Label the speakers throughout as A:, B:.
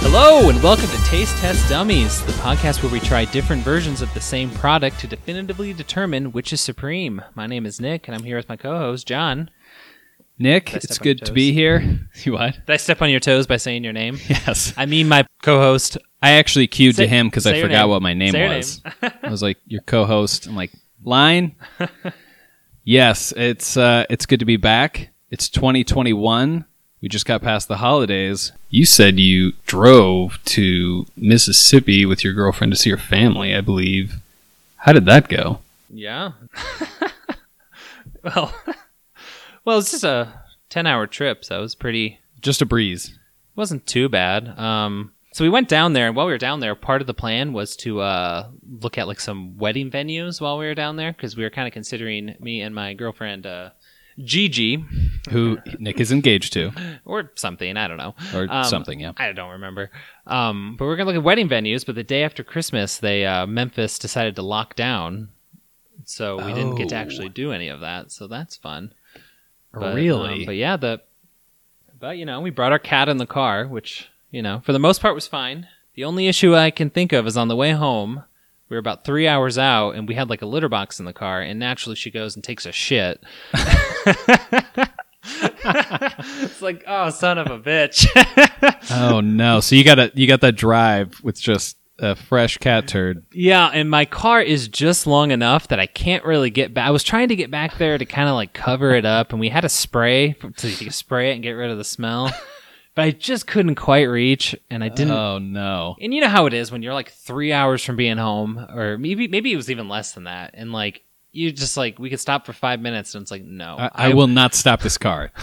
A: Hello, and welcome to Taste Test Dummies, the podcast where we try different versions of the same product to definitively determine which is supreme. My name is Nick, and I'm here with my co host, John.
B: Nick,
A: Did I
B: it's
A: step on your
B: good to
A: toes?
B: be here. You what?
A: Did I step on your toes by saying your name?
B: Yes.
A: I mean, my co host.
B: I actually queued
A: Say-
B: to him because
A: say
B: I
A: your
B: forgot
A: name.
B: what my name
A: Say your
B: was. I was like, your co-host. I'm like, line. yes, it's uh, it's good to be back. It's 2021. We just got past the holidays. You said you drove to Mississippi with your girlfriend to see your family, I believe. How did that go?
A: Yeah. well, well, it's just a 10 hour trip, so it was pretty
B: Just a breeze.
A: wasn't too bad. Um, so we went down there, and while we were down there, part of the plan was to uh, look at like some wedding venues while we were down there because we were kind of considering me and my girlfriend uh, Gigi
B: Who Nick is engaged to,
A: or something. I don't know.
B: or
A: Um,
B: something? Yeah.
A: I don't remember. Um, but we're gonna look at wedding venues. But the day after Christmas, they uh, Memphis decided to lock down, so we didn't get to
B: Oh.
A: actually do any of that. So that's fun. But,
B: really?
A: um, but yeah, the but you know, we brought our cat in the car, which you know, for the most part, was fine. The only issue I can think of is on the way home. We were about three hours out, and we had like a litter box in the car, and naturally she goes and takes a shit. it's like, oh, son of a bitch.
B: oh no! So you got a you got that drive with just a fresh cat turd.
A: yeah, and my car is just long enough that I can't really get back. I was trying to get back there to kind of like cover it up, and we had a spray for- to to spray it and get rid of the smell, but I just couldn't quite reach, and I didn't.
B: Oh no!
A: and you know how it is when you're like three hours from being home, or maybe maybe it was even less than that, and like you just like we could stop for five minutes, and it's like no,
B: I, I will not stop this car.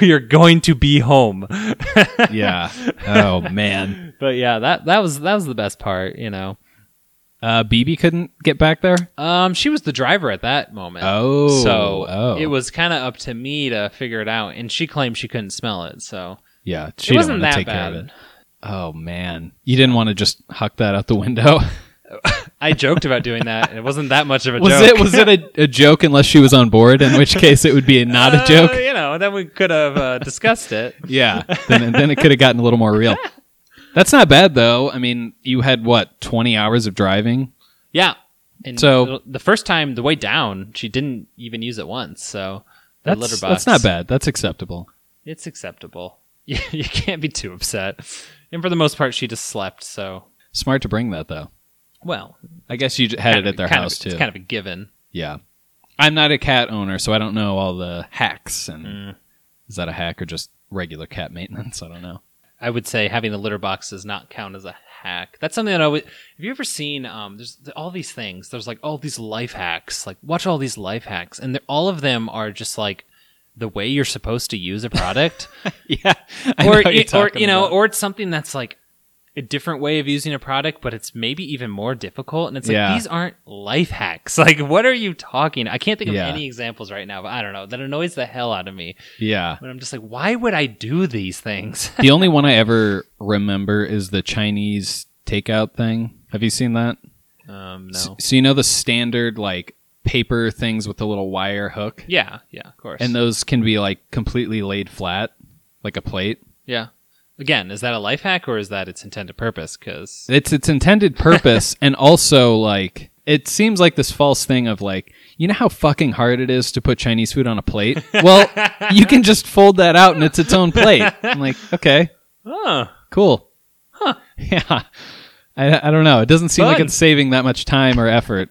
A: We are going to be home.
B: yeah. Oh man.
A: but yeah, that that was that was the best part, you know.
B: Uh, BB couldn't get back there.
A: Um, she was the driver at that moment.
B: Oh,
A: so
B: oh.
A: it was kind of up to me to figure it out, and she claimed she couldn't smell it, so
B: Yeah, she
A: it
B: didn't
A: wasn't
B: want
A: that
B: to take
A: bad.
B: care of it. Oh man, you didn't want to just huck that out the window.
A: I joked about doing that, and it wasn't that much of a
B: was
A: joke.
B: it was it a, a joke? Unless she was on board, in which case it would be a, not a
A: Uh,
B: joke.
A: you know, then we could have uh, discussed it.
B: Yeah, then then it could have gotten a little more real. That's not bad though. I mean, you had what twenty hours of driving.
A: Yeah. And
B: So-
A: the- the first time, the way down, she didn't even use it once. So the
B: That's
A: litter box.
B: that's not bad. That's acceptable.
A: It's acceptable. You, you can't be too upset. And for the most part, she just slept. So
B: Smart to bring that though.
A: well,
B: I guess you j- had
A: kind
B: it
A: of-
B: at their
A: kind
B: house
A: of,
B: too.
A: It's kind of a given.
B: yeah, I'm not a cat owner, so I don't know all the hacks. And
A: Mm.
B: is that a hack or just regular cat maintenance? I don't know.
A: I would say having the litter box does not count as a hack. That's something that I would. Have you ever seen? Um, there's th- all these things. There's like all these life hacks. Like watch all these life hacks, and they're- all of them are just like the way you're supposed to use a product.
B: Yeah,
A: or it- or you know, or it's something that's like a different way of using a product, but it's maybe even more difficult. And it's like
B: Yeah.
A: these aren't life hacks. Like, what are you talking? I can't think of
B: Yeah.
A: any examples right now, but I don't know. That annoys the hell out of me.
B: yeah.
A: But I'm just like, why would I do these things?
B: The only one I ever remember is the Chinese takeout thing. Have you seen that?
A: um,
B: S-
A: no.
B: so you know the standard like paper things with the little wire hook,
A: Yeah, yeah, of course.
B: and those can be like completely laid flat, like a plate.
A: yeah. Again, is that a life hack or is that its intended purpose? Because
B: It's its intended purpose, and also like it seems like this false thing of like you know how fucking hard it is to put Chinese food on a plate. Well, you can just fold that out and it's its own plate. I'm like, okay, cool, yeah. I, I don't know. It doesn't seem like
A: Fun.
B: it's saving that much time or effort.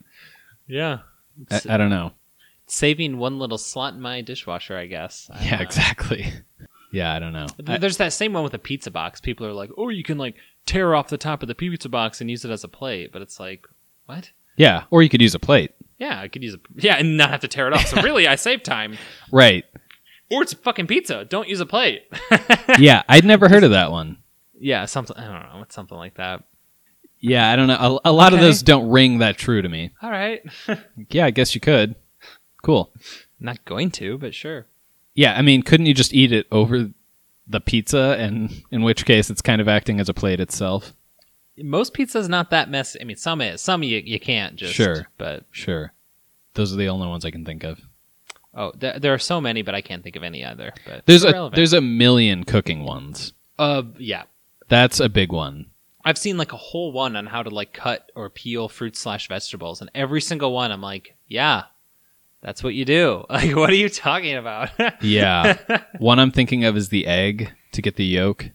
A: yeah,
B: I, I don't know.
A: saving one little slot in my dishwasher, I guess. I don't
B: Yeah,
A: know.
B: exactly. Yeah, I don't know. I-
A: There's that same one with a pizza box. People are like, "Oh, you can like tear off the top of the pizza box and use it as a plate," but it's like, what?
B: yeah, or you could use a plate.
A: Yeah, I could use a yeah and not have to tear it off. So really, I save time.
B: Right.
A: Or it's fucking pizza. Don't use a plate.
B: Yeah, I'd never heard of that one.
A: yeah, something. I don't know. It's something like that.
B: Yeah, I don't know. A, a lot
A: Okay.
B: of those don't ring that true to me.
A: All right.
B: Yeah, I guess you could. Cool.
A: not going to, but sure.
B: Yeah, I mean, couldn't you just eat it over the pizza? And in which case, it's kind of acting as a plate itself.
A: Most pizza's not that messy. I mean, some is. Some you you can't just.
B: Sure.
A: But
B: Sure. Those are the only ones I can think of.
A: oh, there, there are so many, but I can't think of any other. But
B: There's a
A: irrelevant.
B: there's a million cooking ones.
A: uh yeah.
B: That's a big one.
A: I've seen like a whole one on how to like cut or peel fruit slash vegetables, and every single one, I'm like, yeah, that's what you do. Like, what are you talking about?
B: Yeah. one I'm thinking of is the egg to get the yolk.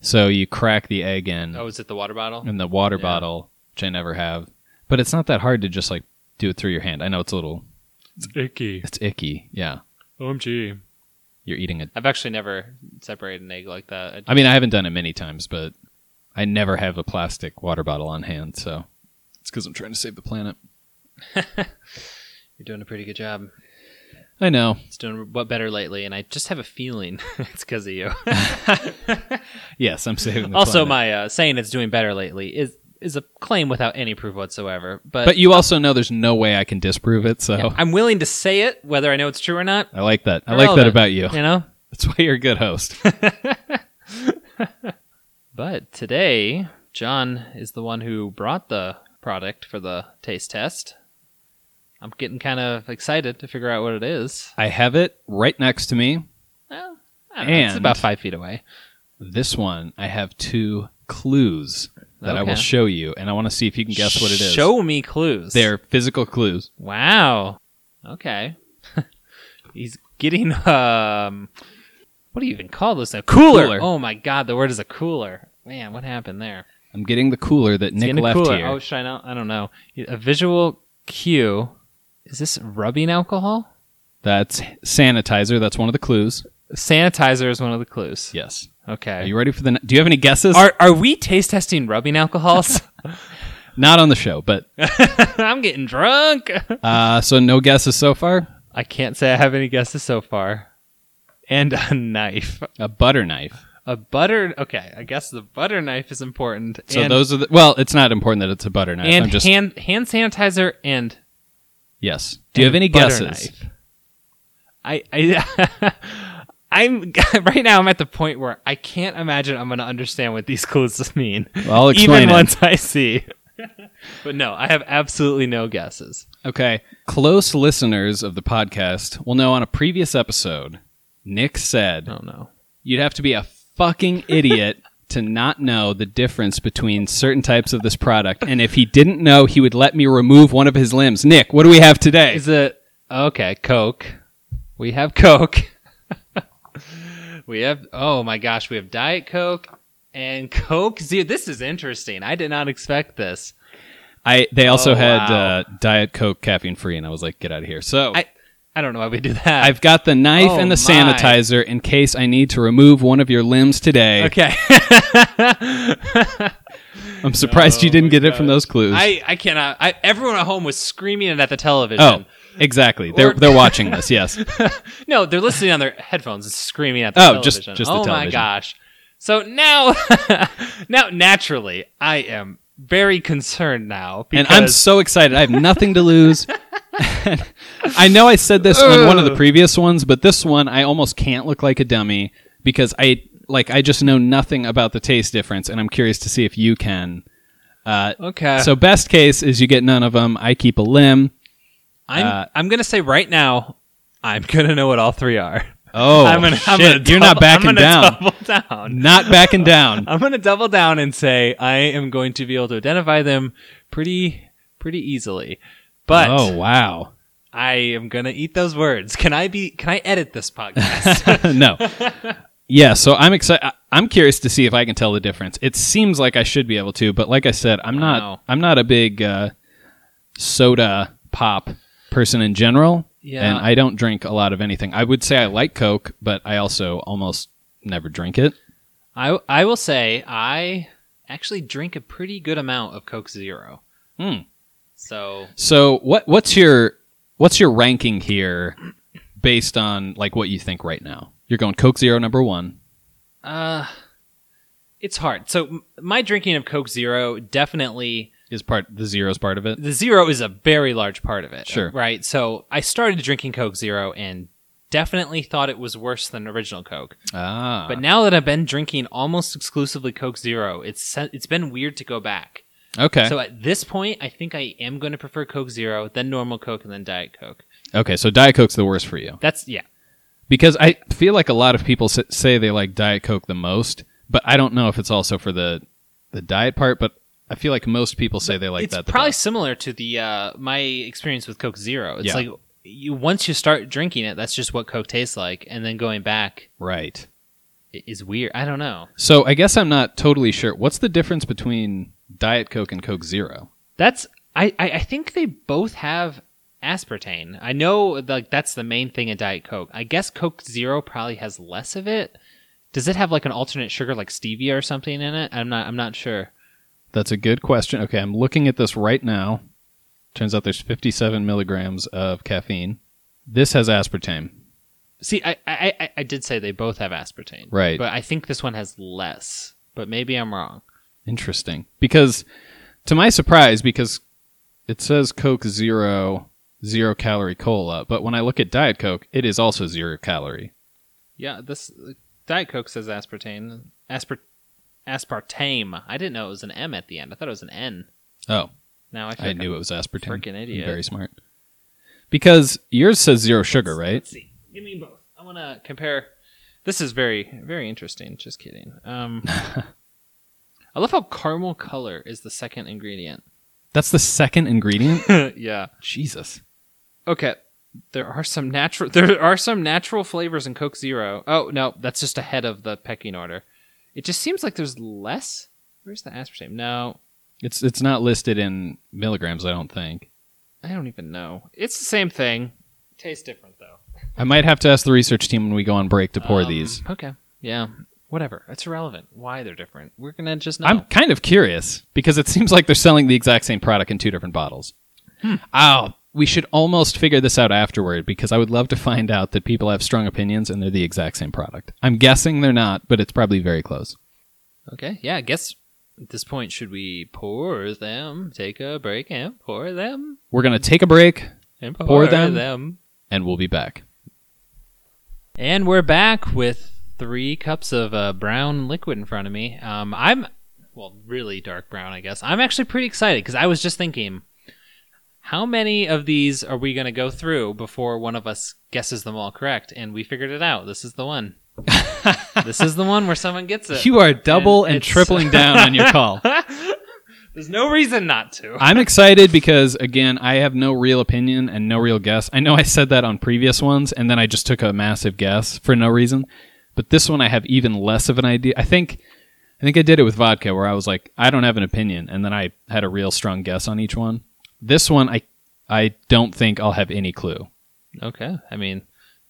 B: So you crack the egg in
A: oh, is it the water bottle?
B: and the water
A: Yeah.
B: bottle, which I never have. But it's not that hard to just like do it through your hand. I know it's a little
A: It's icky.
B: it's icky. Yeah.
A: OMG.
B: You're eating it.
A: I've actually never separated an egg like that.
B: I mean, I haven't done it many times, but I never have a plastic water bottle on hand, so it's cuz I'm trying to save the planet.
A: You're doing a pretty good job.
B: I know.
A: It's doing what better lately, and I just have a feeling it's because of you.
B: Yes, I'm saving the
A: also,
B: planet.
A: my uh, saying it's doing better lately is is a claim without any proof whatsoever. But,
B: But you also know there's no way I can disprove it, so
A: yeah, I'm willing to say it, whether I know it's true or not.
B: I like that. I like that
A: Irrelevant,
B: about you.
A: You know.
B: That's why you're a good host.
A: But today, John is the one who brought the product for the taste test. I'm getting kind of excited to figure out what it is.
B: I have it right next to me.
A: Well, I don't know, it's
B: And-
A: about five feet away.
B: This one, I have two clues that I will
A: Okay.
B: show you, and I want to see if you can guess what it is.
A: Show me clues.
B: They're physical clues.
A: Wow. Okay. He's getting um what do you even call this? A cooler.
B: Cooler.
A: Oh my god, the word is a cooler. Man, what happened there?
B: I'm getting the cooler that
A: It's
B: Nick
A: getting a
B: left
A: cooler.
B: here.
A: Oh, should I know? I don't know. A visual cue. Is this rubbing alcohol?
B: That's sanitizer. That's one of the clues.
A: Sanitizer is one of the clues.
B: Yes. Are
A: Okay.
B: you ready for the? ne- Do you have any guesses?
A: are are we taste testing rubbing alcohols?
B: Not on the show, but
A: I'm getting drunk.
B: uh, so no guesses so far.
A: I can't say I have any guesses so far. And a knife.
B: A butter knife.
A: A butter. Okay, I guess the butter knife is important.
B: So
A: and,
B: those are the. Well, it's not important that it's a butter knife.
A: and
B: I'm just
A: hand hand sanitizer and.
B: yes. Do you have
A: and
B: any
A: butter
B: guesses?
A: knife. I I. I'm right now. I'm at the point where I can't imagine I'm going to understand what these clues mean,
B: Well, I'll explain
A: even
B: it.
A: once I see. but no, I have absolutely no guesses.
B: Okay. Close listeners of the podcast will know on a previous episode, Nick said
A: I don't know.
B: you'd have to be a fucking idiot to not know the difference between certain types of this product. And if he didn't know, he would let me remove one of his limbs. Nick, what do we have today?
A: Is it okay? Coke. We have Coke. we have oh my gosh, we have Diet Coke and Coke Zero. This is interesting. I did not expect this.
B: I they also
A: Oh,
B: had
A: wow.
B: uh, Diet Coke caffeine free, and I was like, get out of here. So
A: I I don't know why we do that.
B: I've got the knife
A: Oh,
B: and the
A: my.
B: sanitizer in case I need to remove one of your limbs today.
A: okay.
B: I'm surprised
A: Oh,
B: you didn't
A: my
B: get it from
A: gosh.
B: those clues.
A: I I cannot. I, everyone at home was screaming it at the television.
B: oh, exactly. They're
A: Or-
B: they're watching this. Yes.
A: No, they're listening on their headphones and screaming at the
B: Oh, just-
A: television.
B: just the
A: oh my
B: television.
A: gosh. So now now naturally I am very concerned now because
B: and I'm so excited. I have nothing to lose. I know I said this on one of the
A: Ugh.
B: previous ones, but this one I almost can't look like a dummy because I like I just know nothing about the taste difference, and I'm curious to see if you can. Uh,
A: okay.
B: so best case is you get none of them. I keep a limb.
A: I'm
B: Uh,
A: I'm gonna say right now, I'm gonna know what all three are.
B: Oh,
A: I'm gonna,
B: shit!
A: I'm gonna
B: You're not
A: double- I'm
B: backing
A: gonna
B: down.
A: Double down.
B: Not backing down.
A: I'm gonna double down and say I am going to be able to identify them pretty pretty easily. But
B: oh wow.
A: I am gonna eat those words. Can I be? Can I edit this podcast?
B: no. Yeah, so I'm excited. I'm curious to see if I can tell the difference. It seems like I should be able to, but like I said, I'm
A: Wow.
B: not. I'm not a big uh, soda pop person in general,
A: Yeah.
B: and I don't drink a lot of anything. I would say I like Coke, but I also almost never drink it.
A: I I will say I actually drink a pretty good amount of Coke Zero.
B: Hmm.
A: So
B: So what? What's your What's your ranking here, based on like what you think right now? You're going Coke Zero number one.
A: uh, it's hard. So m- my drinking of Coke Zero definitely
B: Is part the zeros part of it?
A: the zero is a very large part of it.
B: Sure.
A: Right. So I started drinking Coke Zero and definitely thought it was worse than original Coke.
B: Ah,
A: But now that I've been drinking almost exclusively Coke Zero, it's se- it's been weird to go back.
B: okay.
A: So at this point, I think I am going to prefer Coke Zero, then normal Coke, and then Diet Coke.
B: okay, so Diet Coke's the worst for you.
A: That's yeah.
B: because I feel like a lot of people s- say they like Diet Coke the most, but I don't know if it's also for the the diet part. But I feel like most people say they like
A: it's
B: that. the
A: probably
B: best.
A: similar to the uh, my experience with Coke Zero. It's
B: Yeah.
A: like you once you start drinking it, that's just what Coke tastes like, and then going back
B: right.
A: i- is weird. I don't know.
B: So I guess I'm not totally sure. What's the difference between Diet Coke and Coke Zero?
A: That's I I, I think they both have aspartame. I know like that's the main thing in Diet Coke. I guess Coke Zero probably has less of it. Does it have like an alternate sugar like stevia or something in it? I'm not I'm not sure.
B: That's a good question. Okay, I'm looking at this right now. Turns out there's 57 milligrams of caffeine. This has aspartame.
A: See, I I, I, I did say they both have aspartame.
B: Right.
A: But I think this one has less. But maybe I'm wrong.
B: Interesting. Because to my surprise, because it says Coke Zero, zero calorie cola, but when I look at Diet Coke, it is also zero calorie.
A: Yeah, this Diet Coke says aspartame. Aspart aspartame. I didn't know it was an M at the end. I thought it was an N.
B: Oh,
A: Now I, feel
B: I
A: like
B: knew
A: I'm-
B: it was aspartame.
A: Frickin'
B: I'm
A: idiot.
B: Very smart. Because yours says zero sugar, right?
A: Let's see. Give me both. I want to compare. This is very very interesting. Just kidding. Um, I love how caramel color is the second ingredient.
B: That's the second ingredient.
A: yeah.
B: Jesus.
A: Okay. There are some natural there are some natural flavors in Coke Zero. Oh no, that's just ahead of the pecking order. It just seems like there's less. Where's the aspartame? No,
B: It's it's not listed in milligrams, I don't think.
A: I don't even know. It's the same thing. Tastes different though.
B: I might have to ask the research team when we go on break to pour
A: Um,
B: these.
A: Okay. Yeah. Whatever. It's irrelevant. Why they're different. We're gonna just know.
B: I'm kind of curious because it seems like they're selling the exact same product in two different bottles.
A: Hmm.
B: Oh, we should almost figure this out afterward because I would love to find out that people have strong opinions and they're the exact same product. I'm guessing they're not, but it's probably very close.
A: okay. Yeah. I guess at this point should we pour them? Take a break and pour them
B: We're going to take a break
A: and pour,
B: them?
A: them.
B: and we'll be back.
A: And we're back with three cups of uh, brown liquid in front of me. Um, I'm, well, really dark brown, I guess. I'm actually pretty excited because I was just thinking, how many of these are we going to go through before one of us guesses them all correct? And we figured it out. This is the one. this is the one where someone gets it.
B: You are double and,
A: it's-
B: tripling down on your call.
A: There's no reason not to.
B: I'm excited because again, I have no real opinion and no real guess. I know I said that on previous ones and then I just took a massive guess for no reason. But this one I have even less of an idea. I think I think I did it with vodka where I was like, I don't have an opinion and then I had a real strong guess on each one. This one I I don't think I'll have any clue.
A: Okay. I mean,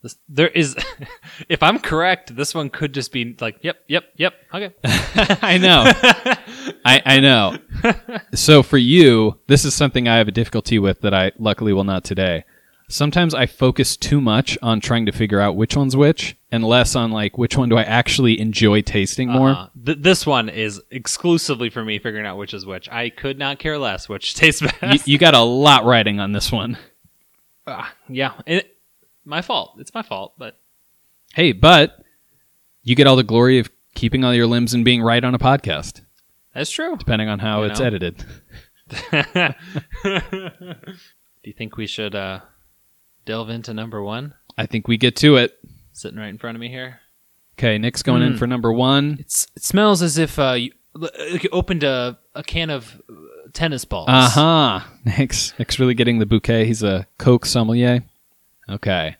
A: this, there is, if I'm correct, this one could just be like, yep, yep, yep. Okay.
B: I know. I, I know. So for you, this is something I have a difficulty with that I luckily will not today. Sometimes I focus too much on trying to figure out which one's which and less on like which one do I actually enjoy tasting more.
A: Uh, th- this one is exclusively for me figuring out which is which. I could not care less which tastes
B: You,
A: best.
B: you got a lot riding on this one.
A: Ah, yeah, it, my fault. It's my fault. But
B: Hey, but you get all the glory of keeping all your limbs and being right on a podcast,
A: that's true.
B: depending on how
A: You
B: it's
A: know.
B: edited.
A: Do you think we should uh, delve into number one?
B: I think we get to it.
A: Sitting right in front of me here.
B: Okay, Nick's going in
A: Mm.
B: for number one.
A: It's, it smells as if uh, you, like you opened a, a can of uh, tennis balls.
B: Uh huh. Nick's Nick's really getting the bouquet. He's a Coke sommelier. Okay.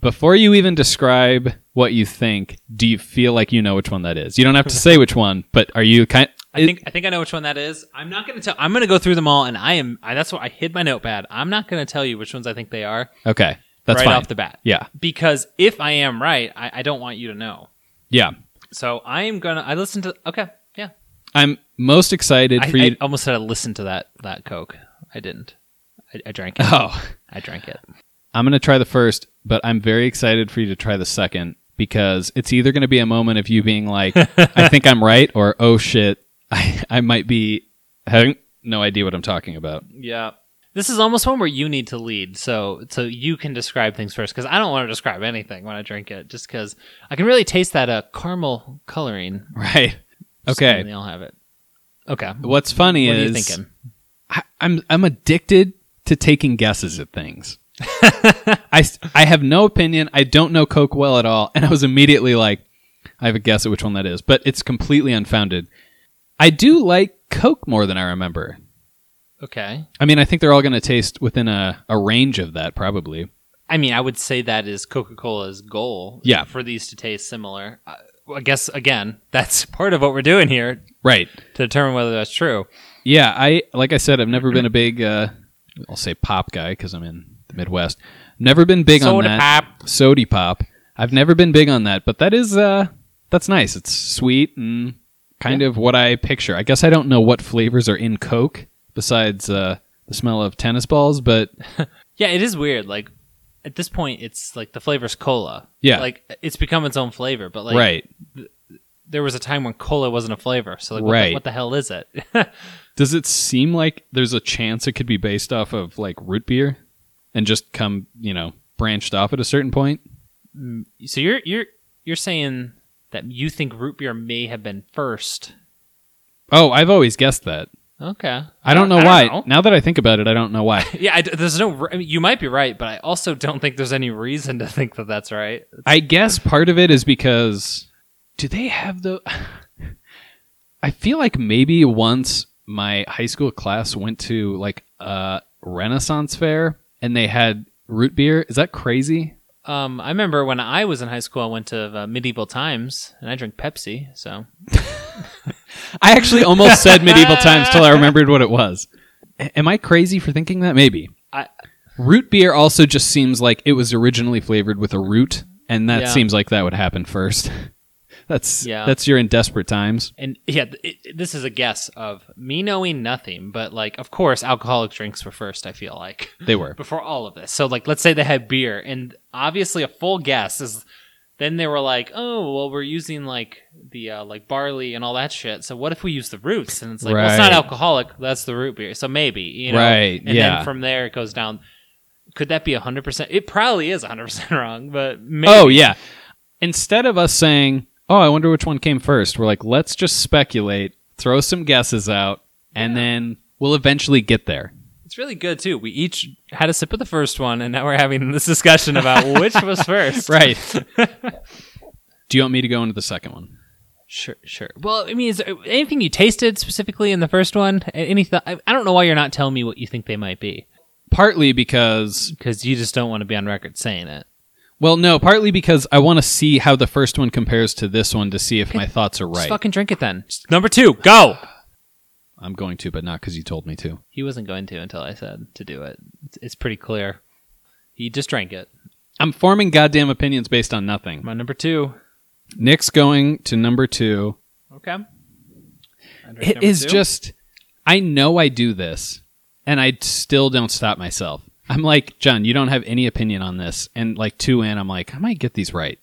B: Before you even describe what you think, do you feel like you know which one that is? You don't have to say which one, but are you kind?
A: I think I think I know which one that is. I'm not going to tell. I'm going to go through them all, and I am. I, that's why I hid my notepad. I'm not going to tell you which ones I think they are
B: okay, that's
A: right
B: fine.
A: off the bat.
B: yeah,
A: because if I am right, I, I don't want you to know.
B: yeah.
A: So I am gonna. I listened to. Okay, yeah.
B: I'm most excited
A: I,
B: for you.
A: I almost said I listened to that that Coke. I didn't. I, I drank it.
B: oh,
A: I drank it.
B: I'm gonna try the first, but I'm very excited for you to try the second because it's either gonna be a moment of you being like, "I think I'm right," or "Oh shit, I I might be having no idea what I'm talking about."
A: Yeah. This is almost one where you need to lead, so so you can describe things first, because I don't want to describe anything when I drink it, just because I can really taste that uh, caramel coloring.
B: Right.
A: Just
B: Okay.
A: kidding, They all have it. Okay. What
B: What's funny
A: are
B: is
A: you thinking?
B: I, I'm I'm addicted to taking guesses at things. I s- I have no opinion. I don't know Coke well at all, and I was immediately like, I I have a guess at which one that is, but it's completely unfounded. I do like Coke more than I remember.
A: Okay.
B: I mean, I think they're all going to taste within a, a range of that, probably.
A: I mean, I would say that is Coca Cola's goal.
B: Yeah.
A: For these to taste similar. I, I guess, again, that's part of what we're doing here
B: Right.
A: to determine whether that's true.
B: Yeah, I like I said, I've never been a big, uh, I'll say pop guy because I'm in the Midwest. Never been big on
A: Soda
B: that.
A: pop.
B: Sody pop. I've never been big on that, but that is uh that's nice. It's sweet and kind of what I picture. I guess I don't know what flavors are in Coke besides uh the smell of tennis balls, but
A: Yeah, it is weird. Like, at this point, it's like the flavor's cola.
B: Yeah.
A: Like, it's become its own flavor, but like,
B: right.
A: there was a time when cola wasn't a flavor. So, like, what,
B: Right.
A: the, what the hell is it?
B: Does it seem like there's a chance it could be based off of like root beer and just come, you know, branched off at a certain point?
A: so you're you're you're saying that you think root beer may have been first.
B: Oh, I've always guessed that.
A: Okay.
B: I don't know
A: Uh, I
B: why.
A: don't know.
B: Now that I think about it, I don't know why.
A: Yeah, I d there's no. r- I mean, you might be right, but I also don't think there's any reason to think that that's right.
B: I guess part of it is because do they have the I feel like maybe once my high school class went to like a Renaissance fair and they had root beer. Is that crazy?
A: Um, I remember when I was in high school, I went to uh, Medieval Times and I drank Pepsi. So
B: I actually almost said medieval times till I remembered what it was. A- am I crazy for thinking that? Maybe.
A: I-
B: root beer also just seems like it was originally flavored with a root and that
A: Yeah.
B: seems like that would happen first. that's
A: Yeah.
B: that's you're in desperate times.
A: and yeah, th- it, it- this is a guess of me knowing nothing, but like, of course, alcoholic drinks were first. I feel like
B: They were.
A: before all of this. So like, let's say they had beer, and obviously a full guess is. Then they were like, "Oh, well, we're using like the uh, like barley and all that shit. So what if we use the roots?" And it's like, "Well, it's not
B: Right.
A: alcoholic. That's the root beer. So maybe you know."
B: Right,
A: And
B: yeah.
A: then from there it goes down. Could that be hundred percent? It probably is hundred percent wrong, but maybe.
B: Oh yeah. Instead of us saying, "Oh, I wonder which one came first, we're like, "Let's just speculate, throw some guesses out, and then we'll eventually get there."
A: it's really good too. We each had a sip of the first one, and now we're having this discussion about which was first.
B: Right. Do you want me to go into the second one?
A: Sure, sure. Well, I mean, is there anything you tasted specifically in the first one? A- Any th- I I don't know why you're not telling me what you think they might be
B: Partly because,
A: because you just don't want to be on record saying it.
B: well, no, partly because I want to see how the first one compares to this one to see if my thoughts are
A: Just
B: right.
A: fucking drink it then. Just- Number two, go.
B: I'm going to, but not because you told me to.
A: He wasn't going to until I said to do it. It's, it's pretty clear. He just drank it.
B: I'm forming goddamn opinions based on nothing.
A: My number two.
B: Nick's going to number two.
A: Okay. I drank
B: It
A: number
B: is
A: two.
B: just, I know I do this, and I still don't stop myself. I'm like, John, you don't have any opinion on this. And like two in, I'm like, I might get these right.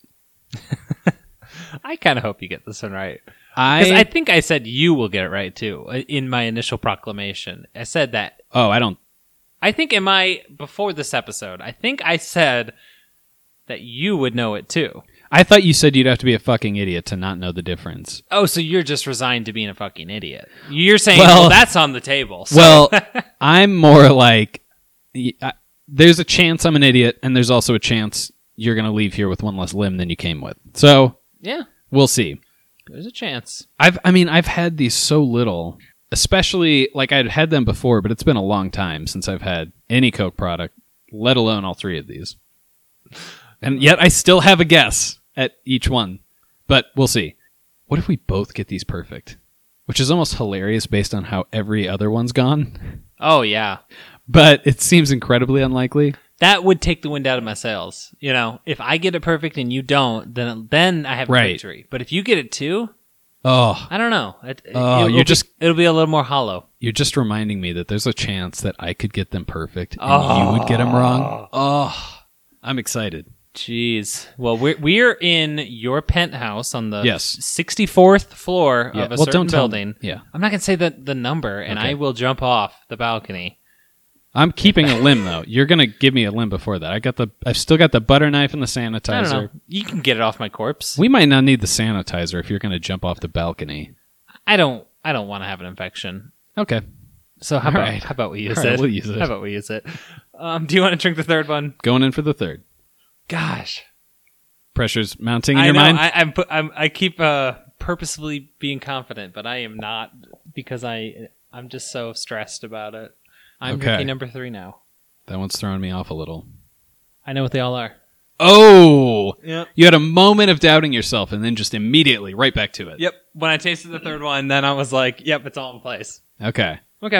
A: I kind of hope you get this one right. Because I,
B: I,
A: think I said you will get it right too uh, in my initial proclamation. I said that.
B: oh, I don't.
A: I think in my before this episode, I think I said that you would know it too.
B: I thought you said you'd have to be a fucking idiot to not know the difference.
A: Oh, so you're just resigned to being a fucking idiot. You're saying, well,
B: Well-
A: that's on the table. So
B: Well, I'm more like, y- I- there's a chance I'm an idiot, and there's also a chance you're going to leave here with one less limb than you came with. So
A: yeah,
B: we'll see.
A: there's a chance.
B: I've I mean I've had these so little, especially like I'd had them before, but it's been a long time since I've had any Coke product, let alone all three of these. And yet I still have a guess at each one. But we'll see. What if we both get these perfect? Which is almost hilarious based on how every other one's gone,
A: Oh yeah,
B: but it seems incredibly unlikely.
A: that would take the wind out of my sails. You know, if I get it perfect and you don't, then then I have
B: Right.
A: victory. But if you get it too,
B: Oh,
A: I don't know. It, it-
B: Oh,
A: it'll
B: you're
A: be-
B: just-
A: it'll be a little more hollow.
B: you're just reminding me that there's a chance that I could get them perfect and
A: Oh.
B: you would get them wrong. Oh, I'm excited.
A: Jeez. Well, we're we're in your penthouse on the
B: Yes.
A: 64th floor of a certain
B: tell-
A: building.
B: yeah.
A: I'm not gonna say the the number, and
B: Okay.
A: I will jump off the balcony.
B: I'm keeping a limb though. You're gonna give me a limb before that. I got the. I've still got the butter knife and the
A: I don't
B: sanitizer.
A: know. You can get it off my corpse.
B: We might not need the sanitizer if you're gonna jump off the balcony.
A: I don't. I don't want to have an infection.
B: Okay.
A: So how
B: All
A: about
B: right.
A: how about we use
B: All right,
A: it?
B: we'll use it.
A: How about we use it? Um, do you want to drink the third one?
B: Going in for the third.
A: Gosh,
B: Pressure's mounting in
A: I
B: your
A: know,
B: mind.
A: I, I'm, pu- I'm, I keep uh, purposefully being confident, but I am not because I I'm just so stressed about it. I'm
B: Okay.
A: rookie number three now.
B: that one's throwing me off a little.
A: I know what they all are.
B: Oh,
A: Yep.
B: you had a moment of doubting yourself, and then just immediately right back to it.
A: Yep. When I tasted the third one, then I was like, "Yep, it's all in place."
B: Okay,
A: Okay,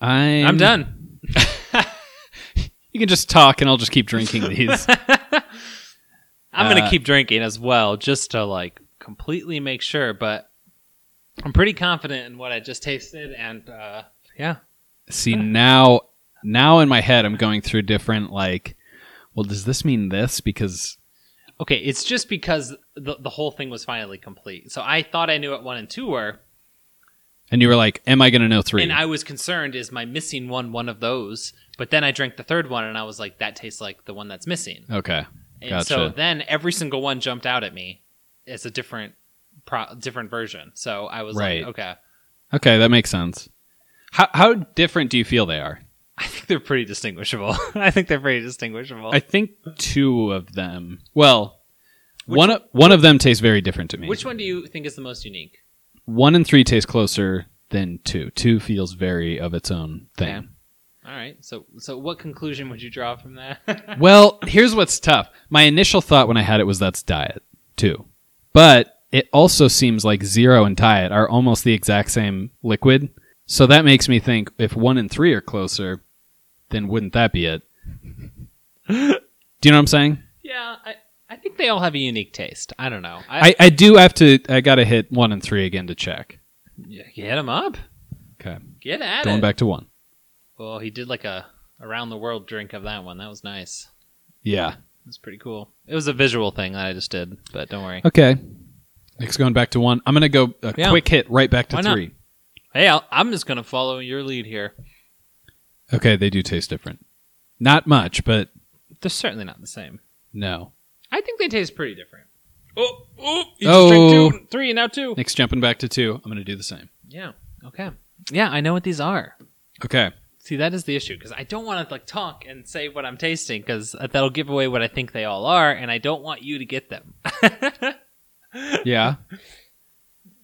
B: I'm
A: I'm done.
B: You can just talk, and I'll just keep drinking these.
A: I'm gonna
B: Uh,
A: keep drinking as well, just to like completely make sure. But I'm pretty confident in what I just tasted, and uh, yeah,
B: See now, now in my head, I'm going through different like. Well, does this mean this? Because
A: Okay, it's just because the, the whole thing was finally complete. So I thought I knew what one and two were,
B: and you were like, "Am I going to know three?
A: and I was concerned is my missing one one of those? But then I drank the third one, and I was like, that tastes like the one that's missing.
B: okay,
A: And
B: Gotcha.
A: so then every single one jumped out at me as a different pro- different version. So I was
B: Right.
A: like, okay,
B: okay, that makes sense. How how different do you feel they are?
A: I think they're pretty distinguishable. I think they're pretty distinguishable.
B: I think two of them. Well,
A: Which-
B: one of, one of them tastes very different to me.
A: Which one do you think is the most unique?
B: one and three taste closer than two. Two feels very of its own thing.
A: Okay. All right. So so what conclusion would you draw from that?
B: Well, here's what's tough. My initial thought when I had it was that's diet too, but it also seems like zero and diet are almost the exact same liquid. So that makes me think if one and three are closer, then wouldn't that be it? Do you know what I'm saying?
A: yeah, I I think they all have a unique taste. I don't know.
B: I, I do have to. I gotta hit one and three again to check.
A: Yeah, Get him up.
B: Okay,
A: Get at
B: going
A: it.
B: back to one.
A: Well, he did like a around the world drink of that one. That was nice.
B: Yeah.
A: It was pretty cool. It was a visual thing that I just did, but don't worry.
B: Okay. Nick's going back to one. I'm gonna go a
A: Yeah.
B: quick hit right back to
A: Why not?
B: three.
A: Hey, I'll, I'm just gonna follow your lead here.
B: Okay, they do taste different. Not much, but
A: They're certainly not the same.
B: no.
A: I think they taste pretty different. Oh, oh, you just
B: Oh.
A: drank two, and three, and now two.
B: Nick's jumping back to two. I'm gonna do the same.
A: Yeah. Okay. Yeah, I know what these are.
B: Okay.
A: See, that is the issue because I don't want to like talk and say what I'm tasting because that'll give away what I think they all are, and I don't want you to get them.
B: Yeah.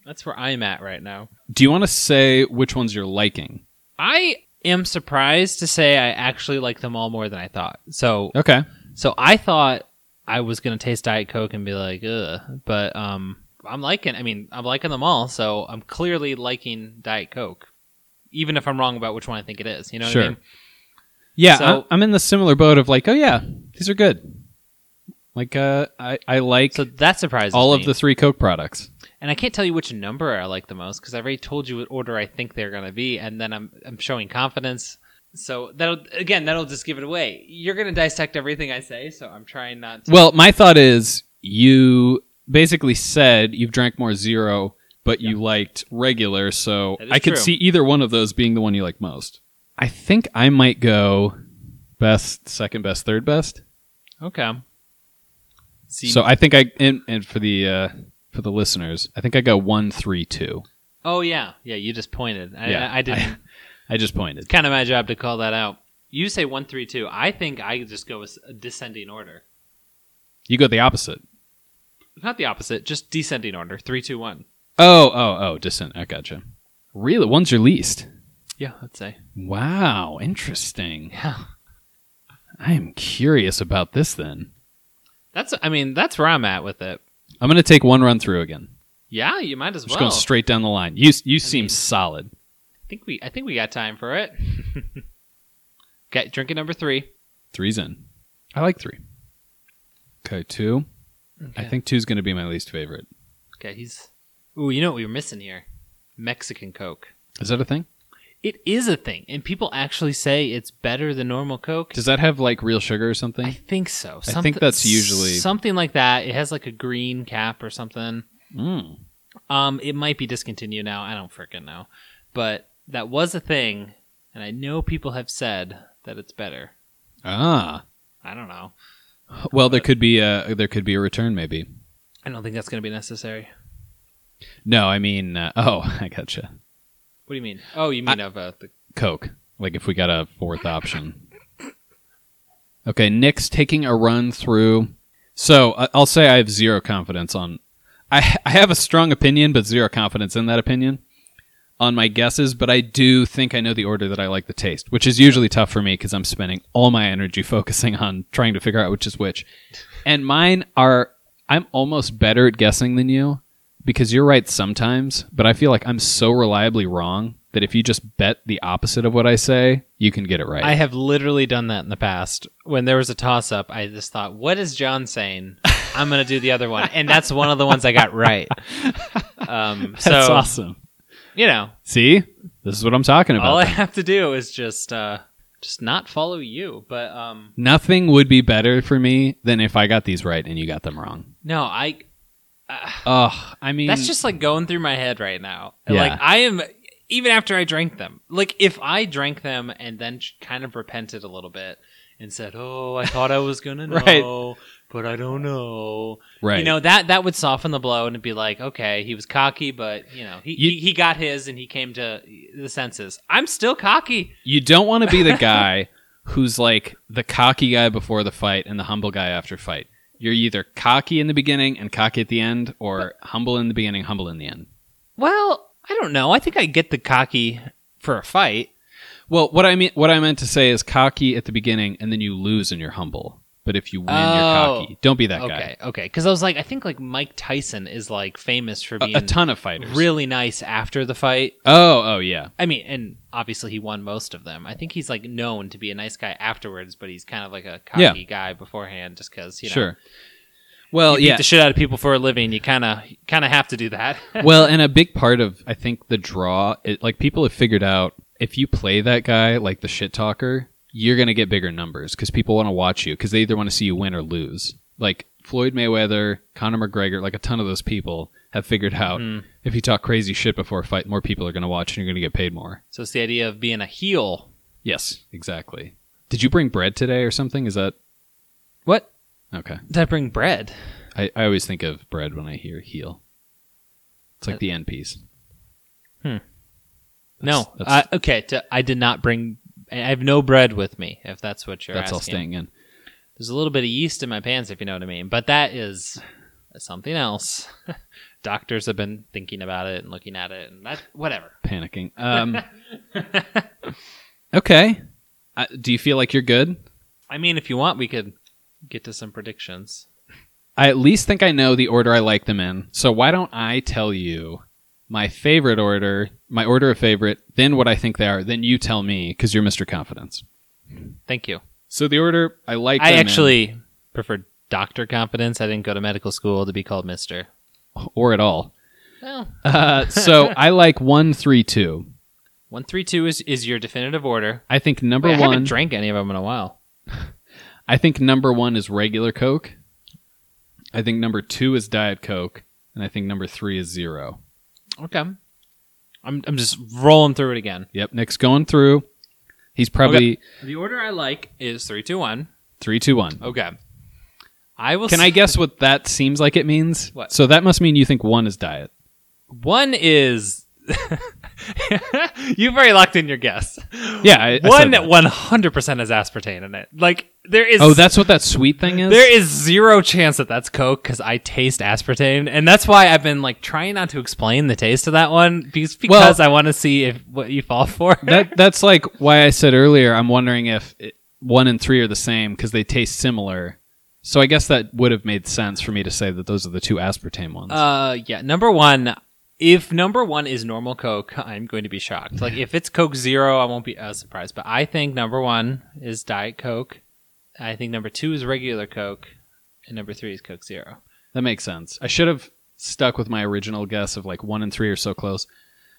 A: That's where I'm at right now.
B: do you want to say which ones you're liking?
A: I am surprised to say I actually like them all more than I thought. So
B: Okay.
A: so I thought I was gonna taste Diet Coke and be like, ugh, but um I'm liking I mean, I'm liking them all, so I'm clearly liking Diet Coke. Even if I'm wrong about which one I think it is. You know
B: Sure.
A: what I mean?
B: Yeah,
A: So-
B: I- I'm in the similar boat of like, oh yeah, these are good. Like, uh, I I like
A: So that surprises
B: all of
A: me.
B: the three Coke products.
A: and I can't tell you which number I like the most because I've already told you what order I think they're gonna be, and then I'm I'm showing confidence. So that'll again that'll just give it away. You're gonna dissect everything I say, so I'm trying not to
B: Well, my thought is you basically said you've drank more zero, but you liked regular, so
A: That is
B: I could
A: true.
B: see either one of those being the one you like most. I think I might go best, second best, third best.
A: Okay. See,
B: So I think I and, and for the uh, for the listeners, I think I go one, three, two.
A: oh yeah, yeah. You just pointed. I,
B: Yeah,
A: I, I didn't.
B: I just pointed.
A: it's kind of my job to call that out. You say one, three, two. I think I just go with a descending order.
B: You go the opposite.
A: Not the opposite, just descending order. Three, two, one.
B: Oh, oh, oh, descent. I gotcha. Really? One's your least.
A: Yeah, I'd say.
B: Wow, interesting.
A: Yeah,
B: I am curious about this then.
A: that's. I mean, that's where I'm at with it.
B: I'm going to take one run through again.
A: Yeah, you might as
B: I'm just
A: well.
B: going straight down the line. You you seem
A: mean-
B: solid.
A: I think we. I think we got time for it. okay, drinking number three.
B: Three's in. I like three. Okay, two. I
A: Okay.
B: think two's going to be my least favorite.
A: Okay, he's. Ooh, you know what we were missing here? Mexican Coke.
B: Is that a thing?
A: It is a thing, and people actually say it's better than normal Coke.
B: Does that have like real sugar or
A: I
B: something?
A: think so.
B: I think that's usually-
A: something like that. It has like a green cap or something.
B: Mm.
A: Um, it might be discontinued now. I don't freaking know, but that was a thing, and I know people have said that it's better.
B: Ah.
A: I don't know.
B: Well, there could be a there could be a return maybe.
A: I don't think that's going to be necessary.
B: No, I mean, uh, oh, I gotcha.
A: What do you mean? Oh, you mean of uh, the
B: Coke. Like if we got a fourth option. Okay, Nick's taking a run through. So I- I'll say I have zero confidence on. I I have a strong opinion, but zero confidence in that opinion on my guesses. But I do think I know the order that I like the taste, which is usually tough for me because I'm spending all my energy focusing on trying to figure out which is which. And mine are. I'm almost better at guessing than you because you're right sometimes, but I feel like I'm so reliably wrong that if you just bet the opposite of what I say, you can get it right.
A: I have literally done that in the past. When there was a toss up, I just thought, what is John saying? I'm going to do the other one. And that's one of the ones I got right. Um, so,
B: That's awesome.
A: you know,
B: See, this is what I'm talking about.
A: all I have to do is just uh, just not follow you. But um,
B: Nothing would be better for me than if I got these right and you got them wrong.
A: no, I
B: Ugh, I mean,
A: that's just like going through my head right now.
B: Yeah.
A: Like I am even after I drank them. Like if I drank them and then j- kind of repented a little bit and said, "Oh, I thought I was gonna
B: Right.
A: know, but I don't know."
B: right.
A: You know that that would soften the blow and it'd be like, okay, he was cocky, but you know he
B: You-
A: he, he got his and he came to the senses. I'm still cocky.
B: you don't want to be the guy who's like the cocky guy before the fight and the humble guy after fight. You're either cocky in the beginning and cocky at the end, or humble in the beginning, humble in the end.
A: Well, I don't know. I think I get the cocky for a fight.
B: Well, what I mean, what I meant to say is cocky at the beginning, and then you lose and you're humble. But if you win,
A: Oh.
B: you're cocky. Don't be that guy.
A: Okay, okay. Because I was like, I think like Mike Tyson is like famous for being
B: A, a ton of fighters.
A: really nice after the fight.
B: Oh, oh yeah.
A: I mean, and obviously he won most of them. I think he's like known to be a nice guy afterwards, but he's kind of like a cocky
B: Yeah.
A: guy beforehand, just because you know.
B: sure. Well,
A: You beat
B: yeah.
A: the shit out of people for a living. You kind of kind of have to do that.
B: well, and a big part of I think the draw, it, like people have figured out, if you play that guy like the shit talker, you're gonna get bigger numbers because people want to watch you because they either want to see you win or lose. Like Floyd Mayweather, Conor McGregor, like a ton of those people have figured out
A: Hmm.
B: if you talk crazy shit before a fight, more people are gonna watch and you're gonna get paid more.
A: so it's the idea of being a heel.
B: Yes, exactly. Did you bring bread today or something? Is that
A: What
B: okay?
A: did I bring bread?
B: I, I always think of bread when I hear heel. It's
A: Uh,
B: like the end piece.
A: Hmm.
B: That's-
A: no.
B: that's-
A: I- okay, to, I did not bring. I have no bread with me. If that's what you're
B: that's all
A: asking.
B: staying in.
A: There's a little bit of yeast in my pants, if you know what I mean. But that is something else. Doctors have been thinking about it and looking at it, and that whatever.
B: panicking. Um, okay. Uh, do you feel like you're good?
A: I mean, if you want, we could get to some predictions.
B: I at least think I know the order I like them in. So why don't I tell you my favorite order, my order of favorite, then what I think they are, then you tell me because you're Mr. Confidence.
A: Thank you.
B: So the order I like.
A: I
B: them in-
A: actually prefer doctor competence. I didn't go to medical school to be called Mister.
B: or at all.
A: Well,
B: Uh, so I like one, three, two.
A: one, three, two is is your definitive order.
B: I think number
A: Wait, I
B: one.
A: haven't drank any of them in a while.
B: I think number one is regular Coke. I think number two is Diet Coke, and I think number three is zero.
A: Okay. I'm I'm just rolling through it again.
B: Yep, Nick's going through. He's probably
A: The order I like is three, two, one.
B: three, two, one.
A: Okay. I will.
B: Can I guess what that seems like it means?
A: What?
B: So that must mean you think one is diet.
A: One is you very locked in your guess.
B: Yeah, I, I said
A: One
B: that.
A: one hundred percent has aspartame in it. Like there is
B: Oh, that's what that sweet thing is.
A: there is zero chance that that's Coke because I taste aspartame, and that's why I've been like trying not to explain the taste of that one because, because I want to see if what you fall for.
B: that that's like why I said earlier. I'm wondering if it, one and three are the same because they taste similar. So I guess that would have made sense for me to say that those are the two aspartame ones.
A: Uh, yeah. Number one, if number one is normal Coke, I'm going to be shocked. Like if it's Coke Zero, I won't be uh, surprised. But I think number one is Diet Coke. I think number two is regular Coke, and number three is Coke Zero.
B: That makes sense. I should have stuck with my original guess of like one and three are so close.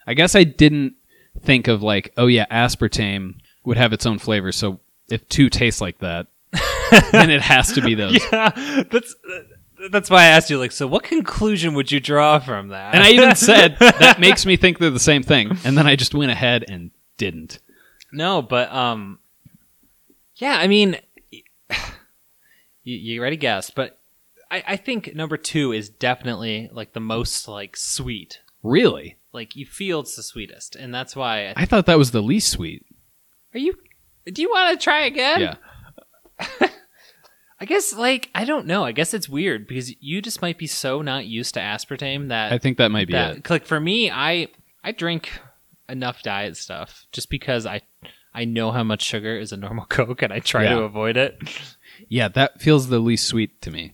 B: I guess I didn't think of like, oh yeah, aspartame would have its own flavor. So if two tastes like that, then it has to be those.
A: Yeah, that's that's why I asked you. Like, so what conclusion would you draw from that?
B: And I even said that makes me think they're the same thing. And then I just went ahead and didn't.
A: No, but um, yeah. I mean, you, you already guessed, but I, I think number two is definitely like the most like sweet.
B: Really?
A: Like you feel it's the sweetest, and that's why. I
B: I thought that was the least sweet.
A: are you? Do you want to try again?
B: Yeah.
A: I guess like I don't know. I guess it's weird because you just might be so not used to aspartame that
B: I think that might be
A: that
B: it.
A: like for me, I I drink enough diet stuff just because I I know how much sugar is a normal Coke and I try
B: Yeah.
A: to avoid it.
B: Yeah, that feels the least sweet to me.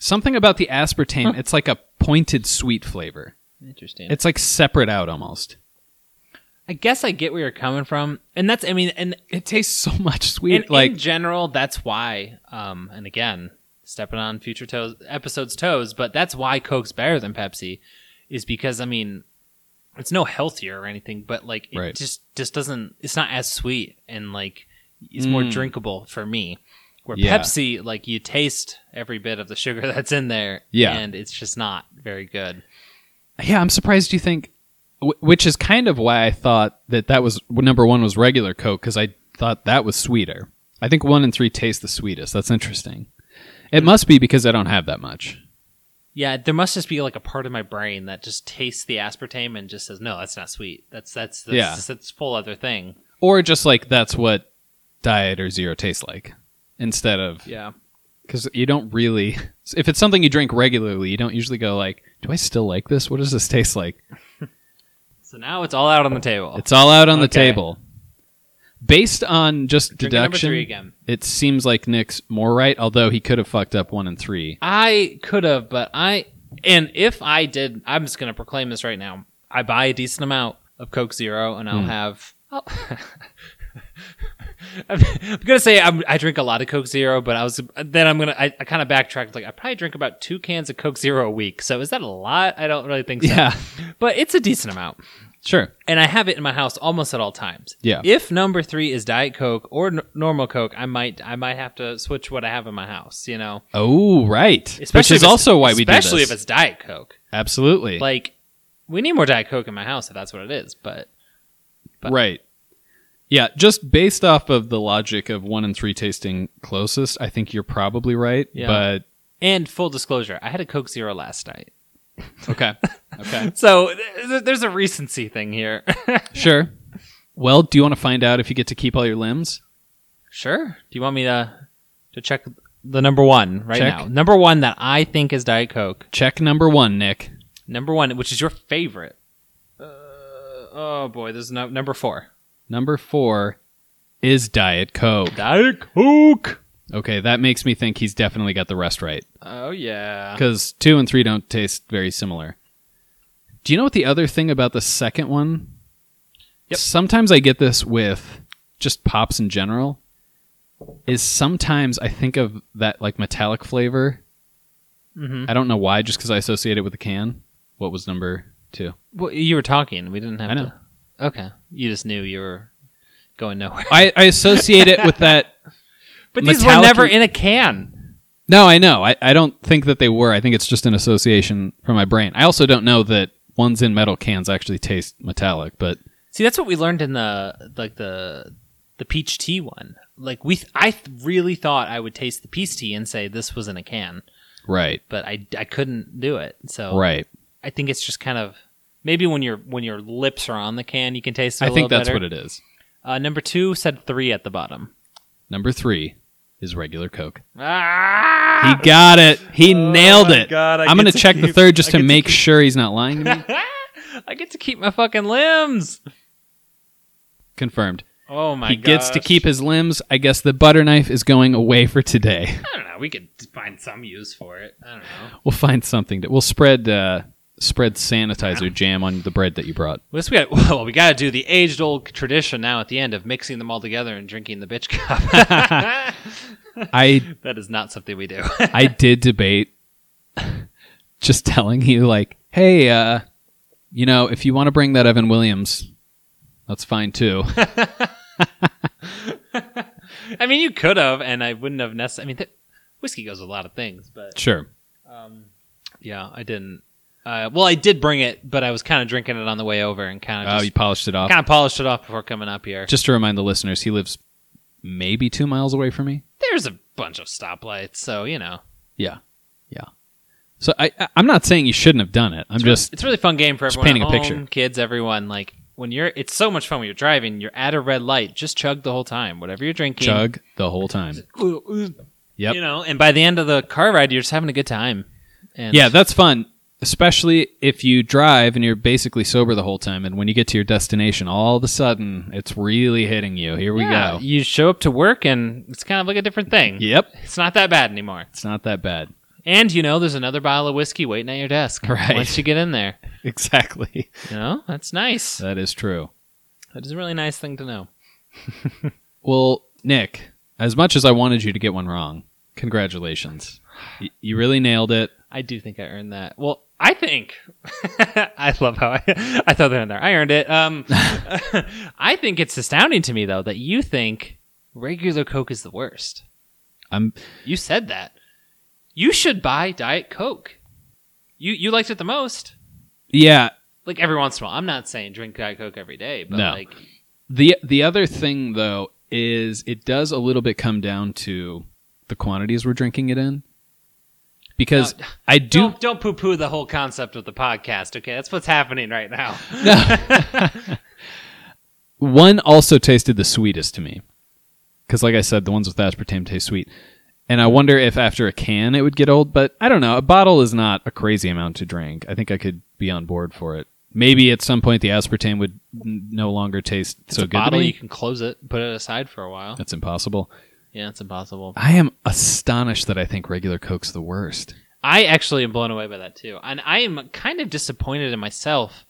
B: Something about the aspartame, it's like a pointed sweet flavor.
A: Interesting.
B: It's like separate out almost.
A: I guess I get where you're coming from, and that's I mean, and
B: It tastes so much
A: in,
B: sweet. like
A: in general, that's why. Um, and again, stepping on future toes episodes toes, but that's why Coke's better than Pepsi, is because I mean, it's no healthier or anything, but like it
B: Right.
A: just just doesn't. It's not as sweet, and like it's more
B: Mm.
A: drinkable for me. Where
B: Yeah.
A: Pepsi, like you taste every bit of the sugar that's in there,
B: Yeah.
A: and it's just not very good.
B: yeah, I'm surprised you think wh- which is kind of why I thought that that was number 1 was regular Coke cuz I thought that was sweeter. I think 1 and 3 taste the sweetest. That's interesting. It must be because I don't have that much.
A: Yeah, there must just be like a part of my brain that just tastes the aspartame and just says, "No, that's not sweet. That's that's that's,
B: Yeah.
A: that's, a whole other thing."
B: Or just like that's what diet or zero tastes like instead of
A: Yeah,
B: because you don't really if it's something you drink regularly you don't usually go like do i still like this what does this taste like
A: so now it's all out on the table.
B: it's all out on the
A: Okay.
B: table based on just
A: Drinking number
B: deduction
A: three again.
B: it seems like nick's more right although he could have fucked up one and three
A: I could have, but I and if I did, I'm just gonna proclaim this right now. I buy a decent amount of Coke Zero, and I'll
B: Hmm.
A: have. I'll, I'm gonna say I'm, I drink a lot of Coke Zero, but I was then I'm gonna I, I kind of backtracked. Like I probably drink about two cans of Coke Zero a week. So is that a lot? I don't really think so.
B: yeah
A: but it's a decent amount.
B: sure
A: and I have it in my house almost at all times.
B: Yeah.
A: If number three is Diet Coke or n- normal Coke, I might I might have to switch what I have in my house. You know,
B: oh right
A: especially
B: which
A: if
B: is
A: it's-
B: also why we do this
A: especially if it's Diet Coke.
B: absolutely
A: Like, we need more Diet Coke in my house if that's what it is. But but-
B: right yeah just based off of the logic of one and three tasting closest i think you're probably right
A: Yeah.
B: but
A: and full disclosure, I had a Coke Zero last night,
B: okay okay
A: so th- there's a recency thing here.
B: Sure. Well, do you want to find out if you get to keep all your limbs?
A: sure. Do you want me to to check the number one right
B: Check.
A: now? Number one that I think is Diet Coke.
B: Check number one, Nick.
A: Number one, which is your favorite. Uh, oh boy, there's no number four.
B: Number four is Diet Coke.
A: Diet Coke.
B: Okay, that makes me think he's definitely got the rest right
A: Oh yeah.
B: because two and three don't taste very similar. Do you know what the other thing about the second one?
A: Yep.
B: Sometimes I get this with just pops in general. Is sometimes I think of that like metallic flavor.
A: Mm-hmm.
B: I don't know why, just because I associate it with the can. What was number two?
A: Well, you were talking. We didn't have.
B: I know.
A: To... Okay. You just knew you were going nowhere.
B: I, I associate it with that
A: But these were
B: Metallic-
A: never in a can.
B: No, I know. I, I don't think that they were. I think it's just an association from my brain. I also don't know that ones in metal cans actually taste metallic, but
A: See, that's what we learned in the like the the peach tea one. Like we, th- I th- really thought I would taste the peach tea and say this was in a can,
B: right,
A: but I, I couldn't do it. So
B: right.
A: I think it's just kind of maybe when your when your lips are on the can, you can taste it. I
B: I think that's what it is.
A: Uh, number two said three at the bottom.
B: Number three is regular Coke.
A: Ah!
B: He got it. He nailed
A: Oh my
B: it.
A: God, I
B: I'm
A: get
B: gonna
A: to
B: check the
A: keep-
B: third just
A: I
B: to
A: get to
B: make sure he's not lying to me.
A: I get to keep my fucking limbs.
B: Confirmed.
A: Oh my
B: he gets to
A: gosh.
B: keep his limbs. I guess the butter knife is going away for today.
A: I don't know. We could find some use for it. I don't know.
B: We'll find something to. We'll spread uh, spread sanitizer jam on the bread that you brought.
A: Well, we got well, we got to do the aged old tradition now at the end of mixing them all together and drinking the bitch cup.
B: I
A: that is not something we do.
B: I did debate just telling you like, hey, uh, you know, if you want to bring that Evan Williams, that's fine too.
A: I mean, you could have, and I wouldn't have necessarily. I mean, th- whiskey goes with a lot of things, but um,
B: sure.
A: yeah, I didn't. Uh, well, I did bring it, but I was kind of drinking it on the way over and kind
B: Oh,
A: of
B: you
A: just
B: polished it off.
A: kind of polished it off before coming up here.
B: Just to remind the listeners, he lives maybe two miles away from me.
A: There's a bunch of stoplights, so you know.
B: Yeah, yeah. So I, I I'm not saying you shouldn't have done it. I'm
A: It's re-
B: just
A: it's a really fun game for everyone.
B: painting
A: at
B: a
A: home,
B: picture.
A: kids, everyone. Like when you're, it's so much fun when you're driving. You're at a red light, just chug the whole time. Whatever you're drinking,
B: chug the whole time.
A: Ooh, ooh.
B: Yep.
A: You know, and by the end of the car ride, you're just having a good time. And
B: Yeah, that's fun, especially if you drive and you're basically sober the whole time. And when you get to your destination, all of a sudden, it's really hitting you. Here we
A: Yeah,
B: go.
A: You show up to work, and it's kind of like a different thing.
B: Yep,
A: It's not that bad anymore.
B: it's not that bad.
A: And you know, there's another bottle of whiskey waiting at your desk.
B: Right.
A: Once you get in there,
B: Exactly.
A: you know, that's nice.
B: That is true.
A: That is a really nice thing to know.
B: Well, Nick, as much as I wanted you to get one wrong, congratulations. Y- you really nailed it.
A: I do think I earned that. Well, I think I love how I, I thought that in there. I earned it. Um, I think it's astounding to me though that you think regular Coke is the worst.
B: I'm
A: You said that. You should buy Diet Coke. You you liked it the most.
B: Yeah,
A: Like every once in a while. I'm not saying drink Diet Coke every day, but
B: No.
A: like
B: The the other thing though is it does a little bit come down to the quantities we're drinking it in. Because
A: No,
B: I do
A: not don't poo poo the whole concept of the podcast. Okay, that's what's happening right now.
B: one also tasted the sweetest to me. Cuz like I said the ones with aspartame taste sweet. And I wonder if after a can it would get old, but I don't know. A bottle is not a crazy amount to drink. I think I could be on board for it. Maybe at some point the aspartame would n- no longer taste
A: It's
B: so
A: a
B: good. to
A: bottle.
B: me.
A: You can close it, put it aside for a while.
B: That's impossible.
A: Yeah, it's impossible.
B: I am astonished that I think regular Coke's the worst.
A: I actually am blown away by that too, and I am kind of disappointed in myself.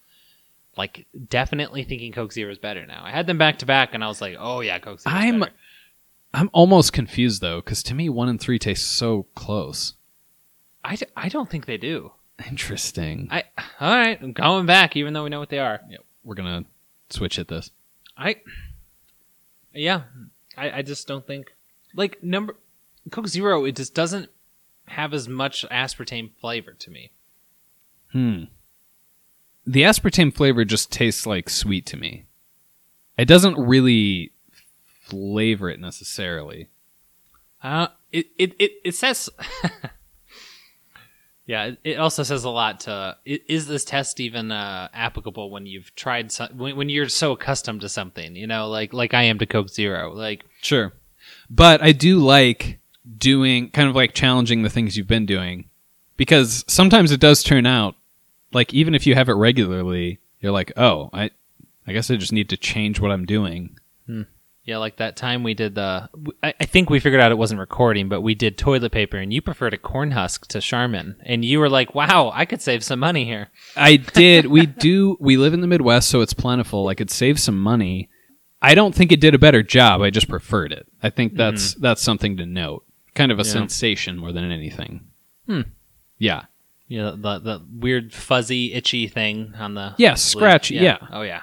A: Like definitely thinking Coke Zero is better now. I had them back to back, and I was like, "Oh yeah, Coke Zero."
B: I'm-
A: better.
B: I'm almost confused though, because to me, one and three taste so close.
A: I, d- I don't think they do.
B: Interesting.
A: I all right, I'm going back, even though we know what they are.
B: We're gonna switch at this.
A: I yeah, I, I just don't think like number Coke Zero. It just doesn't have as much aspartame flavor to me.
B: Hmm. The aspartame flavor just tastes like sweet to me. It doesn't really flavor it necessarily.
A: Uh, it, it, it, it says. yeah, it, it also says a lot to. i- Is this test even uh, applicable when you've tried so, when, when you're so accustomed to something? You know, like like I am to Coke Zero. Like
B: Sure. But I do like doing kind of like challenging the things you've been doing because sometimes it does turn out like even if you have it regularly, you're like, "Oh, I I guess I just need to change what I'm doing."
A: yeah, like that time we did the. I, I think we figured out it wasn't recording, but we did toilet paper, and you preferred a corn husk to Charmin, and you were like, "Wow, I could save some money here."
B: I did. We do. We live in the Midwest, so it's plentiful. I could save some money. I don't think it did a better job. I just preferred it. I think that's that's something to note. Kind of a
A: Mm-hmm. Yeah.
B: sensation more than anything.
A: Hmm.
B: Yeah.
A: You know, the the weird fuzzy itchy thing on the
B: Yeah. Scratch. Yeah. Yeah.
A: Oh yeah.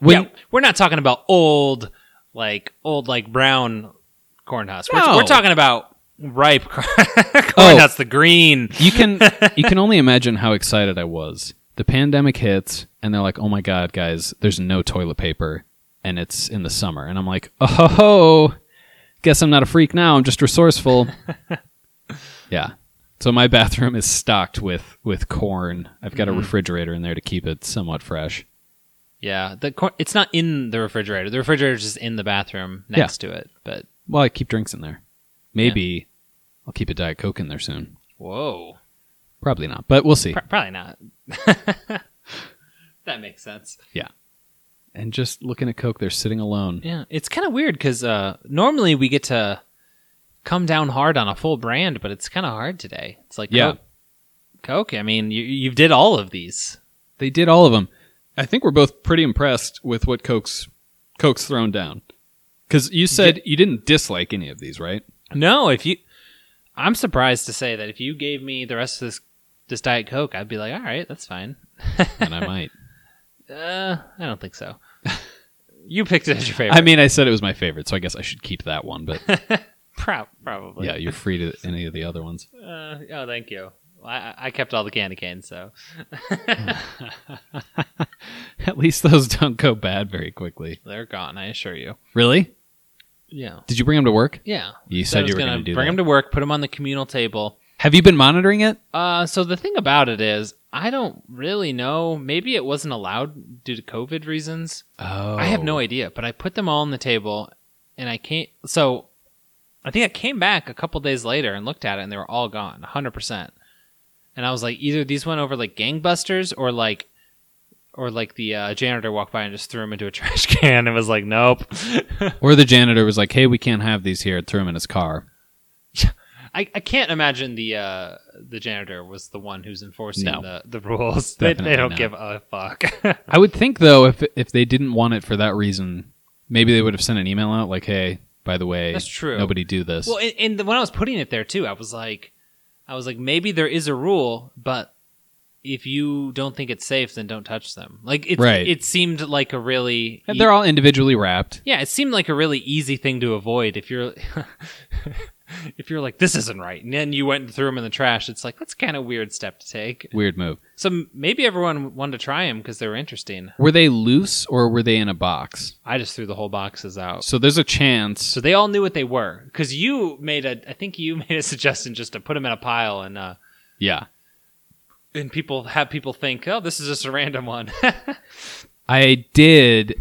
B: When-
A: yeah, we're not talking about old, like old, like brown corn husks. We're,
B: No.
A: we're talking about ripe corn
B: Oh.
A: husks, the green.
B: You can you can only imagine how excited I was. The pandemic hits, and they're like, "Oh my god, guys, there's no toilet paper, and it's in the summer." And I'm like, "Oh ho, ho guess I'm not a freak now. I'm just resourceful." yeah. So my bathroom is stocked with with corn. I've got a refrigerator in there to keep it somewhat fresh.
A: Yeah, the corn. It's not in the refrigerator. The refrigerator's just in the bathroom next to it. But
B: Well, I keep drinks in there. Maybe I'll keep a diet coke in there soon.
A: whoa,
B: Probably not, but we'll see.
A: pr- probably not. that makes sense.
B: And just looking at coke, they're sitting alone.
A: Yeah, it's kind of weird because uh, normally we get to come down hard on a full brand, but it's kind of hard today. It's like
B: Yeah.
A: Coke. Coke. I mean, you you did all of these.
B: They did all of them. I think we're both pretty impressed with what Coke's Coke's thrown down. Because you said you didn't dislike any of these, right?
A: No, if you, I'm surprised to say that if you gave me the rest of this this diet coke, I'd be like, all right, that's fine.
B: And I might.
A: Uh, I don't think so. you picked it as your favorite.
B: I mean, I said it was my favorite, so I guess I should keep that one. But
A: Pro- probably.
B: yeah, you're free to any of the other ones.
A: Uh, oh, thank you. I, I kept all the candy canes, so
B: At least those don't go bad very quickly.
A: they're gone. I assure you.
B: Really?
A: Yeah.
B: Did you bring them to work?
A: Yeah.
B: You
A: So I
B: said
A: was
B: you were going to do
A: bring
B: that.
A: them to work, put them on the communal table.
B: Have you been monitoring it?
A: Uh, so the thing about it is, I don't really know. Maybe it wasn't allowed due to COVID reasons.
B: Oh,
A: I have no idea, but I put them all on the table and I can't. So I think I came back a couple days later and looked at it, and they were all gone, 100%. And I was like, either these went over like gangbusters or like. Or like the uh, janitor walked by and just threw them into a trash can and was like, "Nope."
B: Or the janitor was like, "Hey, we can't have these here." Threw him in his car.
A: I, I can't imagine the uh, the janitor was the one who's enforcing
B: No.
A: the, the rules. They,
B: Definitely
A: they don't
B: not.
A: give a fuck.
B: I would think though, if if they didn't want it for that reason, maybe they would have sent an email out like, "Hey, by the way,
A: That's true.
B: Nobody do this."
A: Well, and, and when I was putting it there too, I was like, I was like, maybe there is a rule, but if you don't think it's safe, then don't touch them. Like it,
B: Right.
A: it seemed like a really, e-,
B: and they're all individually wrapped.
A: yeah, it seemed like a really easy thing to avoid if you're. If you're like this isn't right, and then you went and threw them in the trash, it's like that's kind of weird step to take.
B: Weird move.
A: So m- maybe everyone wanted to try them because they were interesting.
B: Were they loose or were they in a box?
A: I just threw the whole boxes out,
B: So there's a chance.
A: Oh. so they all knew what they were. Because you made a, I think you made a suggestion just to put them in a pile and uh,
B: yeah,
A: and people have people think, oh, this is just a random one.
B: I did.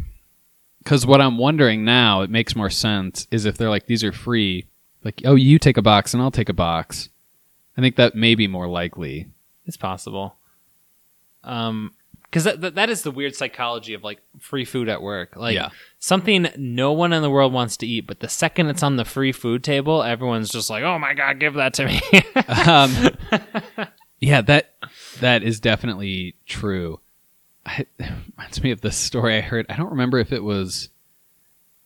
B: Because what I'm wondering now, it makes more sense, is if they're like, "These are free." Like, oh, you take a box and I'll take a box. I think that may be more likely.
A: it's possible. Um, because that, that that is the weird psychology of like free food at work, like
B: Yeah.
A: something no one in the world wants to eat, but the second it's on the free food table, everyone's just like, oh my god, give that to me.
B: um, yeah, that that is definitely true. I, it reminds me of this story I heard. I don't remember if it was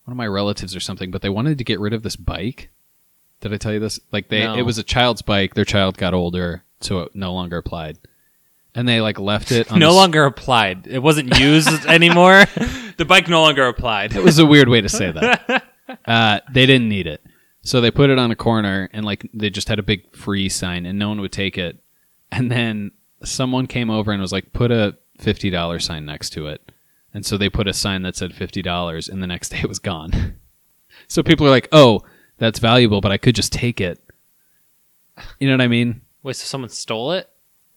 B: one of my relatives or something, but they wanted to get rid of this bike. Did I tell you this? Like they,
A: No.
B: it was a child's bike. Their child got older, so it no longer applied, and they like left it. On
A: no
B: the s-
A: longer applied. It wasn't used anymore. the bike no longer applied.
B: It was a weird way to say that. Uh, they didn't need it. So they put it on a corner and like they just had a big free sign and no one would take it. And then someone came over and was like, put a $50 sign next to it. And so they put a sign that said $50 and the next day it was gone. so people are like, oh, that's valuable, but I could just take it. You know what I mean?
A: Wait, so someone stole it?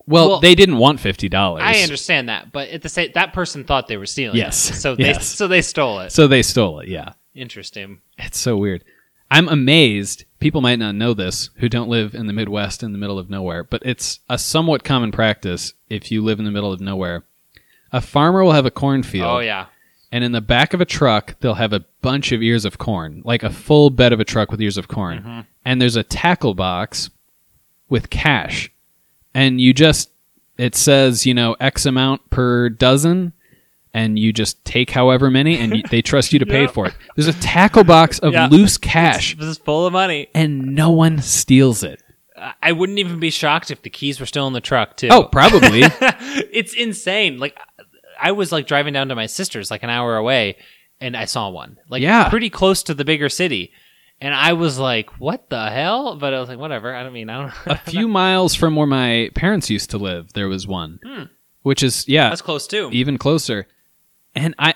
B: Well,
A: Well,
B: they didn't want $50.
A: I understand that, but at the same, that person thought they were stealing. it.
B: Yes.
A: so they
B: Yes.
A: so they stole it.
B: So they stole it, yeah.
A: Interesting.
B: It's so weird. I'm amazed. People might not know this who don't live in the Midwest in the middle of nowhere, but it's a somewhat common practice if you live in the middle of nowhere. A farmer will have a cornfield,
A: Oh yeah.
B: and in the back of a truck, they'll have a bunch of ears of corn, like a full bed of a truck with ears of corn.
A: Mm-hmm.
B: And there's a tackle box with cash. And you just, it says, you know, X amount per dozen, and you just take however many, and you, they trust you to pay
A: Yep.
B: for it. There's a tackle box of
A: Yeah.
B: loose cash,
A: This is full of money.
B: and no one steals it.
A: I- I wouldn't even be shocked if the keys were still in the truck too.
B: Oh, probably.
A: it's insane. Like I was like driving down to my sister's like an hour away and I saw one. Like
B: Yeah.
A: pretty close to the bigger city. And I was like, "What the hell?" But I was like, "Whatever." I don't mean, I don't.
B: a few miles from where my parents used to live, there was one,
A: Hmm.
B: which is, yeah.
A: That's close too.
B: even closer. And I,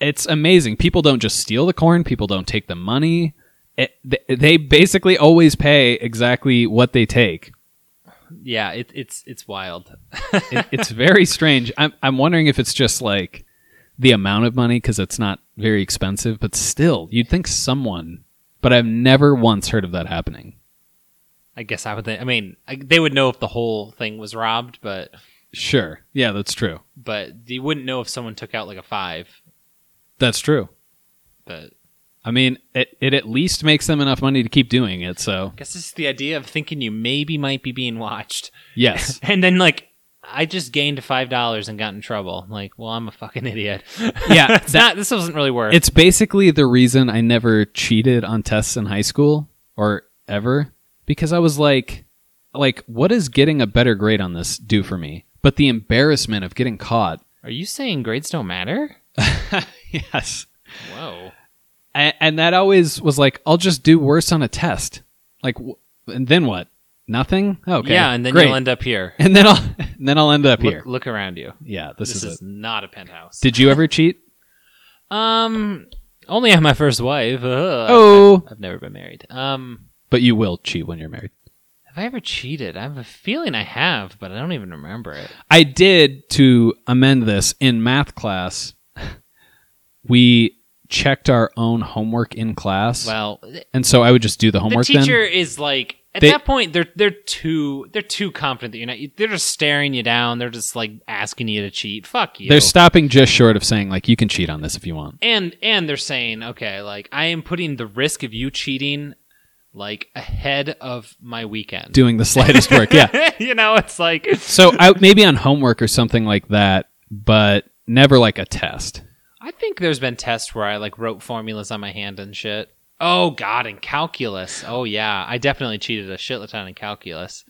B: it's amazing. People don't just steal the corn. People don't take the money. It, they, they basically always pay exactly what they take.
A: Yeah, it, it's it's wild.
B: It, it's very strange. I'm I'm wondering if it's just like the amount of money because it's not very expensive, but still, you'd think someone. But I've never once heard of that happening.
A: I guess I would. Think, I mean, I, they would know if the whole thing was robbed, but
B: Sure. Yeah, that's true.
A: but you wouldn't know if someone took out like a five.
B: That's true.
A: But
B: I mean, it, it at least makes them enough money to keep doing it. So,
A: I guess this is the idea of thinking you maybe might be being watched.
B: yes.
A: And then like I just gained five dollars and got in trouble. Like, well, I'm a fucking idiot.
B: Yeah,
A: it's not. This wasn't really worth.
B: It's basically the reason I never cheated on tests in high school or ever because I was like like what is getting a better grade on this do for me? But the embarrassment of getting caught.
A: Are you saying grades don't matter?
B: yes.
A: Whoa.
B: And, and that always was like I'll just do worse on a test. Like wh- and then what? Nothing? Okay.
A: Yeah, and then
B: Great.
A: you'll end up here.
B: and then I'll and then I'll end up
A: Look,
B: here.
A: look around you.
B: Yeah, this,
A: This,
B: is,
A: is,
B: it.
A: not a penthouse.
B: Did you ever cheat?
A: um, only on my first wife. Ugh.
B: oh,
A: I've never been married. Um,
B: but you will cheat when you're married.
A: have I ever cheated? I have a feeling I have, but I don't even remember it.
B: I did to amend this in math class. We checked our own homework in class,
A: Well, th-
B: and so I would just do the
A: the
B: homework.
A: teacher is like at
B: They-
A: that point they're they're too they're too confident that you're not. They're just staring you down. They're just like asking you to cheat. Fuck you.
B: then they're stopping just short of saying like you can cheat on this if you want.
A: and and they're saying okay like i am putting the risk of you cheating like ahead of my weekend
B: Doing the slightest work, yeah.
A: you know it's like
B: So I, maybe on homework or something like that, but never like a test.
A: i think there's been tests where i like wrote formulas on my hand and shit oh god in calculus oh yeah i definitely cheated a shitlet ton in calculus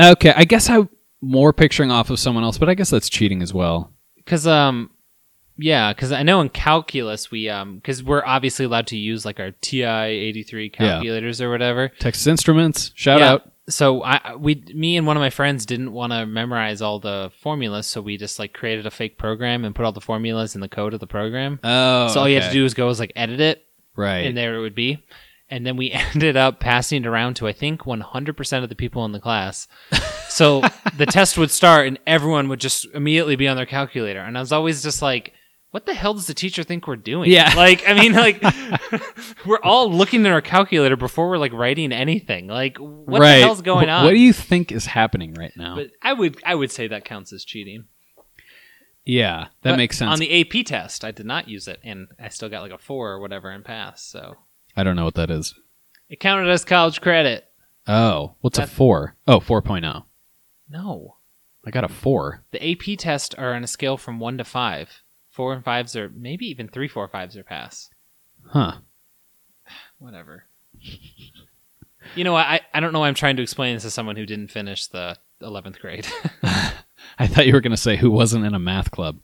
B: Okay, I guess I'm more picturing off of someone else, but I guess that's cheating as well.
A: because um yeah because i know in calculus we um because we're obviously allowed to use like our ti 83 calculators or whatever
B: Texas Instruments, shout
A: Yeah.
B: out.
A: So I we me and one of my friends didn't want to memorize all the formulas, so we just like created a fake program and put all the formulas in the code of the program.
B: Oh,
A: so all you had to do was go was like edit it,
B: right?
A: and there it would be. And then we ended up passing it around to I think 100% of the people in the class. So the test would start, and everyone would just immediately be on their calculator. And I was always just like, "What the hell does the teacher think we're doing?"
B: Yeah.
A: like I mean, like we're all looking at our calculator before we're like writing anything. Like what
B: right.
A: the hell's going
B: Wh-
A: on?
B: What do you think is happening right now?
A: But I would I would say that counts as cheating.
B: yeah, that
A: But
B: makes sense.
A: On the AP test, I did not use it, and I still got like a four or whatever and passed. So
B: I don't know what that is.
A: it counted as college credit.
B: Oh, what's
A: That-
B: a four? Oh, 4.0.
A: No,
B: I got a four.
A: the AP tests are on a scale from one to five. Four and fives are maybe even three four fives are pass.
B: Huh.
A: Whatever. you know what? I I don't know. why I'm trying to explain this to someone who didn't finish the eleventh grade.
B: I thought you were going to say who wasn't in a math club.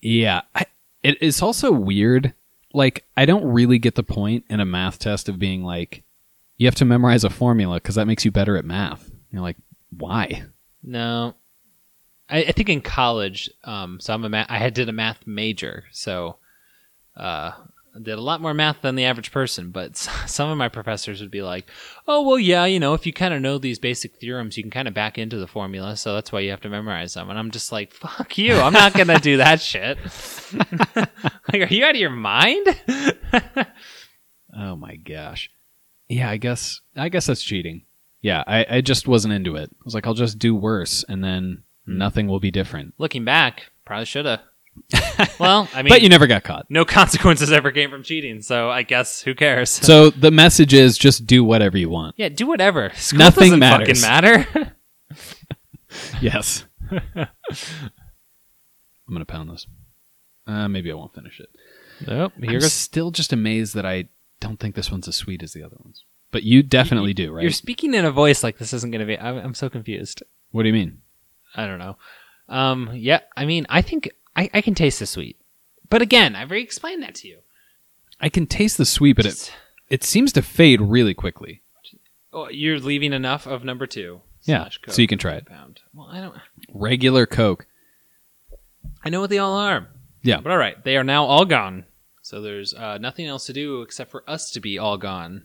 B: Yeah. I, it, it's also weird. Like, I don't really get the point in a math test of being like, you have to memorize a formula because that makes you better at math. You're like, why?
A: No, I, I think in college. Um, so I'm a math. I had did a math major, so uh, I did a lot more math than the average person. But s- some of my professors would be like, "Oh, well, yeah, you know, if you kind of know these basic theorems, you can kind of back into the formula. So that's why you have to memorize them." And I'm just like, "Fuck you! I'm not gonna do that shit." like, are you out of your mind?
B: Oh my gosh. Yeah, I guess I guess that's cheating. Yeah, I, I just wasn't into it. I was like, I'll just do worse and then
A: Hmm.
B: nothing will be different.
A: Looking back, probably should have. well, I mean,
B: but you never got caught.
A: no consequences ever came from cheating, so I guess who cares?
B: So the message is just do whatever you want.
A: Yeah, do whatever. School
B: Nothing
A: doesn't fucking
B: matters.
A: matter.
B: Yes. I'm gonna pound this. Uh, maybe I won't finish it.
A: nope.
B: You're still just amazed that I don't think this one's as sweet as the other ones. But you definitely do, right?
A: You're speaking in a voice like this isn't going to be. I'm, I'm so confused.
B: what do you mean?
A: I don't know. Um. Yeah. I mean, I think I, I can taste the sweet, but again, I've already explained that to you.
B: I can taste the sweet, but it
A: Just-
B: it seems to fade really quickly.
A: oh, you're leaving enough of number two.
B: Yeah,
A: slash
B: so you can try it.
A: Pound. Well, I don't.
B: Regular Coke.
A: I know what they all are.
B: Yeah.
A: But all right, they are now all gone. So there's uh, nothing else to do except for us to be all gone.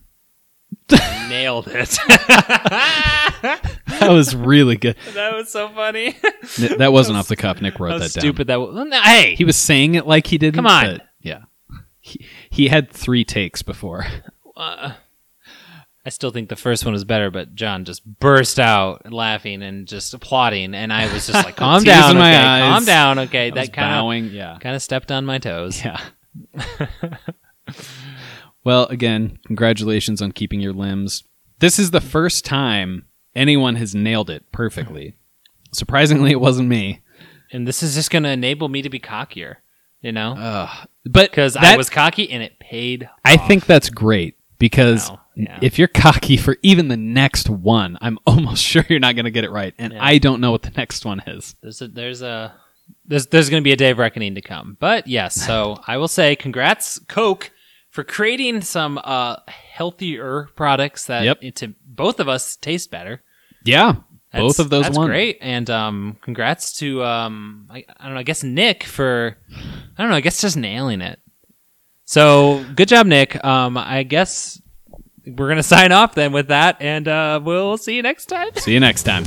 A: Nailed it.
B: that was really good.
A: that was so funny.
B: N- That wasn't off the cuff. Nick wrote
A: How
B: that down.
A: stupid that was. Well, no, Hey,
B: He was saying it like he didn't.
A: Come on.
B: but- yeah. He, he had three takes before.
A: uh, I still think the first one was better, but John just burst out laughing and just applauding, and I was just like, "Calm
B: Tears
A: down,
B: in my
A: okay,
B: eyes.
A: calm down, okay."
B: I was
A: that kind
B: bowing. Yeah.
A: of kind of stepped on my toes.
B: Yeah. well, again, congratulations on keeping your limbs. This is the first time anyone has nailed it perfectly. Surprisingly, it wasn't me.
A: And this is just going to enable me to be cockier, you know,
B: Ugh. But
A: because I
B: Uh, that-
A: was cocky and it paid.
B: I think that's great because
A: Wow, yeah.
B: if you're cocky for even the next one, I'm almost sure you're not going to get it right, and
A: Yeah.
B: I don't know what the next one is.
A: There's a there's a there's there's going to be a day of reckoning to come. But yes, so I will say, congrats, Coke, for creating some uh, healthier products that
B: Yep.
A: to both of us taste better.
B: Yeah,
A: That's-
B: both of those
A: that's
B: won.
A: great and um congrats to um I, I don't know i guess nick for i don't know i guess just nailing it so good job nick um i guess we're gonna sign off then with that and uh we'll see you next time
B: See you next time.